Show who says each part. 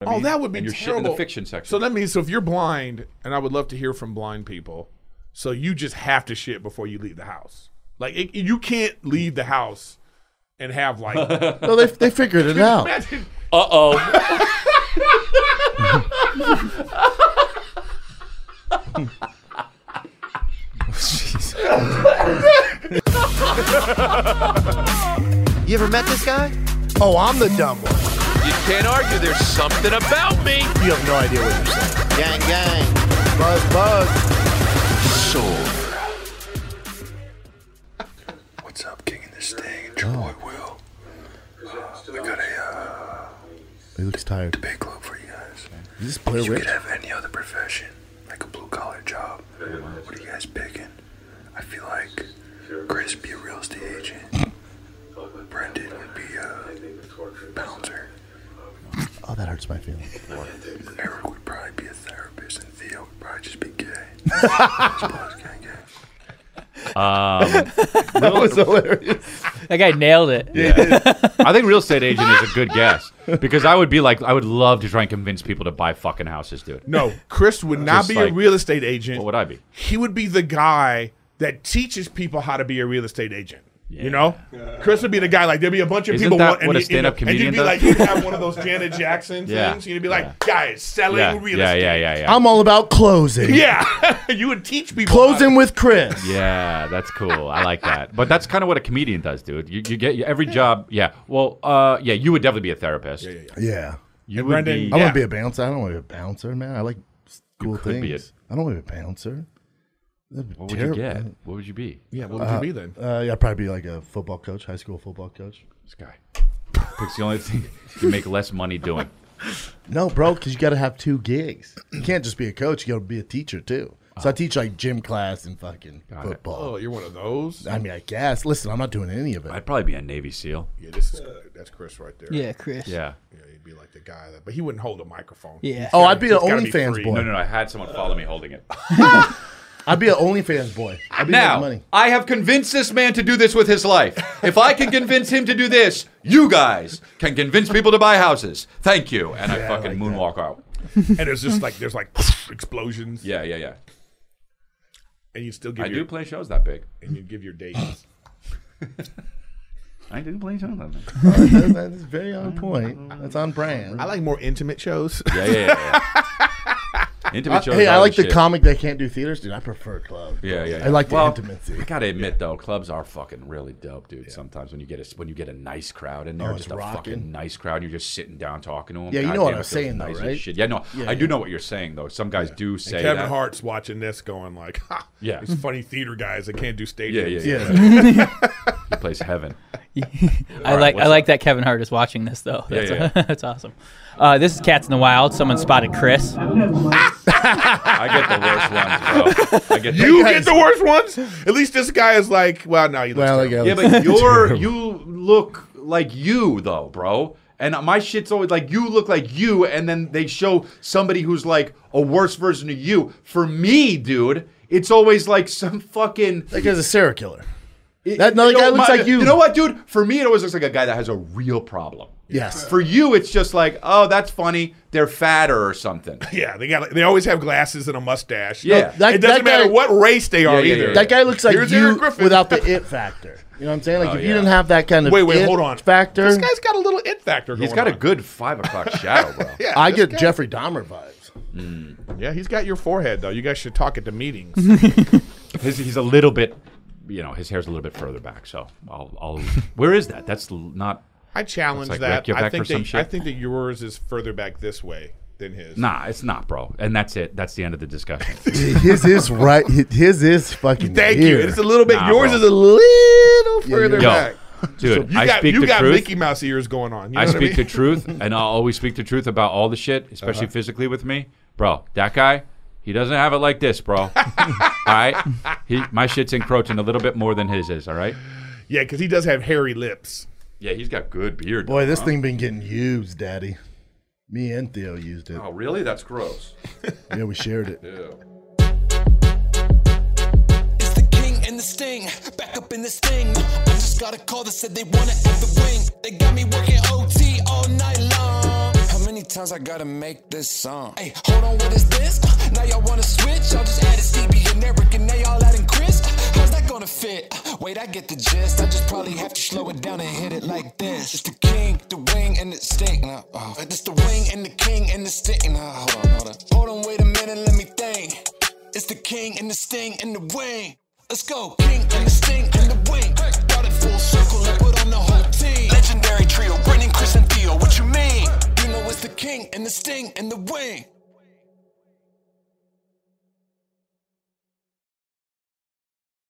Speaker 1: I
Speaker 2: Oh,
Speaker 1: mean,
Speaker 2: that would be
Speaker 1: and you're
Speaker 2: terrible.
Speaker 1: shitting the fiction section.
Speaker 2: So that means so if you're blind, and I would love to hear from blind people, so you just have to shit before you leave the house. Like it, you can't leave the house and have like
Speaker 3: No, they, they figured it out.
Speaker 2: imagine
Speaker 1: uh oh.
Speaker 3: You ever met this guy? Oh, I'm the dumb one.
Speaker 4: You can't argue. There's something about me.
Speaker 3: You have no idea what you're saying. Gang, gang. Buzz, buzz.
Speaker 5: What's up, King of this thing? It's your boy Will. Uh, I got a uh,
Speaker 3: He looks tired.
Speaker 5: big club for you guys.
Speaker 3: Is this Blair
Speaker 5: You
Speaker 3: Witch?
Speaker 5: could have any other profession, like a blue collar job. What are you guys picking? I feel like Chris be a real estate agent. Brendan would be a bouncer.
Speaker 3: Oh, that hurts my feelings.
Speaker 5: Eric would probably be a therapist, and Theo would probably just be gay. Buzz, gang, gang.
Speaker 3: That was hilarious.
Speaker 6: That guy nailed it.
Speaker 1: I think real estate agent is a good guess because I would be like, I would love to try and convince people to buy fucking houses, dude.
Speaker 2: no, Chris would not
Speaker 1: Just
Speaker 2: be
Speaker 1: like-
Speaker 2: a real estate agent.
Speaker 1: What would I be?
Speaker 2: He would be the guy that teaches people how to be a real estate agent. You know, Chris would be the guy. Like there'd be a bunch of
Speaker 1: Isn't
Speaker 2: people.
Speaker 1: that
Speaker 2: want- and
Speaker 1: what a
Speaker 2: you- you know,
Speaker 1: stand-up comedian
Speaker 2: And you'd be
Speaker 1: does?
Speaker 2: like, you'd have one of those Janet Jackson
Speaker 1: Yeah.
Speaker 2: things. You'd be like, guys, selling
Speaker 1: Yeah,
Speaker 2: real
Speaker 1: yeah,
Speaker 2: estate.
Speaker 1: yeah, yeah, yeah.
Speaker 3: I'm all about closing.
Speaker 2: Yeah, you would teach people. how to-
Speaker 3: Closing with Chris.
Speaker 1: Yeah, that's cool. I like that. But that's kind of what a comedian does, dude. You, you get every job. Yeah. Well, uh, yeah, you would definitely be a therapist.
Speaker 3: Yeah.
Speaker 1: You
Speaker 2: And
Speaker 1: would
Speaker 2: Brendan-
Speaker 1: be-
Speaker 3: I
Speaker 2: Yeah.
Speaker 3: want to be a bouncer. I don't want to be a bouncer, man. I like cool
Speaker 1: could be
Speaker 3: things. I I don't want to be a bouncer. That'd be
Speaker 1: what would
Speaker 3: terrible.
Speaker 1: you get? What would you be?
Speaker 2: Yeah, what would you be then?
Speaker 3: Uh, yeah, I'd probably be like a football coach, high school football coach.
Speaker 1: This guy. Picks the only thing you make less money doing.
Speaker 3: No, bro, because you got to have two gigs. You can't just be a coach. You got to be a teacher too. So I teach like gym class and fucking
Speaker 1: Uh-huh. it.
Speaker 3: football.
Speaker 2: Oh, you're one of those.
Speaker 3: I mean, I guess. Listen, I'm not doing any of it.
Speaker 1: I'd probably be a Navy SEAL.
Speaker 2: Yeah, this is that's Chris right there.
Speaker 6: Yeah, Chris.
Speaker 1: Yeah.
Speaker 2: yeah, he'd be like the guy that, but he wouldn't hold a microphone.
Speaker 6: Yeah.
Speaker 3: oh, I'd be an
Speaker 2: it's gotta be
Speaker 3: OnlyFans
Speaker 2: free.
Speaker 3: boy.
Speaker 1: No, no, no. I had someone follow me holding it.
Speaker 3: I'd be an OnlyFans boy. I'd be making
Speaker 1: Now,
Speaker 3: money.
Speaker 1: I have convinced this man to do this with his life. If I can convince him to do this, you guys can convince people to buy houses. Thank you. And I fucking moonwalk out.
Speaker 2: and there's just like there's like explosions.
Speaker 1: Yeah, yeah, yeah.
Speaker 2: and you still give
Speaker 1: I
Speaker 2: your
Speaker 1: do play shows that big.
Speaker 2: and you give your dates.
Speaker 1: I do play shows that big.
Speaker 3: That- that is very on point. That's on brand.
Speaker 2: I like more intimate shows.
Speaker 1: Yeah, yeah, yeah. yeah. Intimate shows.
Speaker 3: Uh, hey, I
Speaker 1: are
Speaker 3: like the
Speaker 1: shit.
Speaker 3: comic that can't do theaters, dude. I prefer club.
Speaker 1: Yeah, yeah, yeah.
Speaker 3: I like the
Speaker 1: Well,
Speaker 3: intimacy.
Speaker 1: I gotta admit though, clubs are fucking really dope, dude. Sometimes when you get a when you get a nice crowd in there,
Speaker 3: Oh, it's
Speaker 1: just a
Speaker 3: rocking.
Speaker 1: fucking nice crowd, and you're just sitting down talking to them.
Speaker 3: Yeah, you know what I'm saying, though,
Speaker 1: nice as
Speaker 3: right?
Speaker 1: Shit. Yeah, no, I do know what you're saying though. Some guys do say
Speaker 2: Kevin
Speaker 1: that.
Speaker 2: Hart's watching this, going like, ha,
Speaker 1: Yeah.
Speaker 2: it's funny theater guys that can't do stadiums.
Speaker 1: Yeah, yeah, yeah.
Speaker 3: Yeah.
Speaker 1: He plays heaven.
Speaker 6: I like
Speaker 1: what's
Speaker 6: I like that Kevin Hart is watching this though. That's,
Speaker 1: yeah, yeah.
Speaker 6: that's awesome. Uh, this is Cats in the Wild. Someone spotted Chris.
Speaker 1: I get the worst ones, bro. I get the-
Speaker 2: You get the worst ones. At least this guy is like, well, no, you look
Speaker 3: Well, I
Speaker 2: terrible.
Speaker 3: like
Speaker 1: Yeah,
Speaker 3: Alex.
Speaker 1: but you're you look like you though, bro. And my shit's always like you look like you, and then they show somebody who's like a worse version of you. For me, dude, it's always like some fucking.
Speaker 3: that guy's a serial killer.
Speaker 1: it-
Speaker 3: That- no,
Speaker 1: you
Speaker 3: the guy looks
Speaker 1: my-
Speaker 3: like you.
Speaker 1: You know what, dude? For me, it always looks like a guy that has a real problem.
Speaker 3: Yes.
Speaker 1: For you, it's just like, oh, that's funny. They're fatter or something.
Speaker 2: Yeah, they got. They always have glasses and a mustache.
Speaker 1: Yeah.
Speaker 3: That-
Speaker 2: it doesn't
Speaker 3: that guy-
Speaker 2: matter what race they are
Speaker 1: Yeah, yeah,
Speaker 2: either.
Speaker 1: yeah, yeah.
Speaker 3: That guy looks like
Speaker 2: Here's
Speaker 3: you
Speaker 2: Eric Griffin. Oh,
Speaker 3: without the it factor. You know what I'm saying? Like if you
Speaker 1: yeah.
Speaker 3: didn't have that kind of
Speaker 2: Wait, wait,
Speaker 3: it
Speaker 2: hold on.
Speaker 3: factor,
Speaker 2: This guy's got a little it factor.
Speaker 1: He's
Speaker 2: going
Speaker 1: got a
Speaker 2: on.
Speaker 1: good five o'clock shadow, bro.
Speaker 2: Yeah,
Speaker 3: I
Speaker 2: this
Speaker 3: get
Speaker 2: guy-
Speaker 3: Jeffrey Dahmer vibes.
Speaker 2: Yeah, he's got your forehead though. You guys should talk at the meetings.
Speaker 1: His, he's a little bit, you know, his hair's a little bit further back. So I'll, I'll where is that? That's l- not.
Speaker 2: I challenge
Speaker 1: It's like
Speaker 2: that. I
Speaker 1: Reykjavik
Speaker 2: think
Speaker 1: or some
Speaker 2: that
Speaker 1: shit.
Speaker 2: I think that yours is further back this way than his.
Speaker 1: Nah, it's not, bro. And that's it. That's the end of the discussion.
Speaker 3: His is right. His is fucking.
Speaker 2: Thank you.
Speaker 3: here.
Speaker 2: It's a little bit.
Speaker 1: Nah,
Speaker 2: yours
Speaker 1: bro.
Speaker 2: is a little
Speaker 3: Yeah,
Speaker 2: further
Speaker 3: you're-
Speaker 2: back.
Speaker 1: Yo, dude,
Speaker 2: You
Speaker 1: I
Speaker 2: got,
Speaker 1: speak
Speaker 2: you
Speaker 1: the
Speaker 2: got
Speaker 1: truth.
Speaker 2: Mickey Mouse ears going on. You know
Speaker 1: I speak
Speaker 2: what I
Speaker 1: the
Speaker 2: mean? Uh-huh.
Speaker 1: truth, and I'll always speak the truth about all the shit, especially physically with me, bro. That guy, he doesn't have it like this, bro. all right, he, my shit's encroaching a little bit more than his is. All right.
Speaker 2: Yeah, because he does have hairy lips.
Speaker 1: Yeah, he's got good beard.
Speaker 3: Boy, this thing been getting used, Daddy. Me and Theo used it.
Speaker 1: Oh, really? That's gross.
Speaker 3: Yeah, we shared it.
Speaker 7: It's the king and the sting. Back up in this thing. I just got a call that said they wanna have the wing. They got me working OT all night long. How many many times I gotta make this song? Hey, hold on, what is this? Now y'all wanna switch? Y'all just added CB and Eric, and now y'all adding Chris. How's that gonna fit? Wait, I get the gist. I just probably have to slow it down and hit it like this. It's the king, the wing, and the sting. Nah, oh. It's the wing and the king and the sting. Nah, hold on, hold on. Hold on, wait a minute, let me think. It's the king and the sting and the wing. Let's go, king and the sting and the wing. Brought it full circle and put on the whole team. Legendary trio, Brendan, Chris, and Theo. What you mean? You know it's the king and the sting and the wing.